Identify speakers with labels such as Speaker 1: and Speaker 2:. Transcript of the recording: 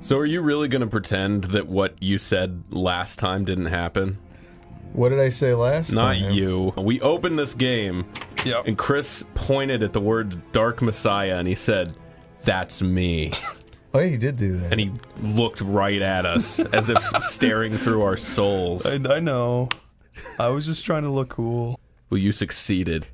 Speaker 1: So are you really going to pretend that what you said last time didn't happen?
Speaker 2: What did I say last
Speaker 1: Not
Speaker 2: time?
Speaker 1: you. We opened this game,
Speaker 3: Yep.
Speaker 1: and Chris pointed at the words "Dark Messiah," and he said, "That's me."
Speaker 2: Oh, yeah, you did do that.
Speaker 1: And he looked right at us as if staring through our souls.
Speaker 3: I, I know. I was just trying to look cool.
Speaker 1: Well, you succeeded.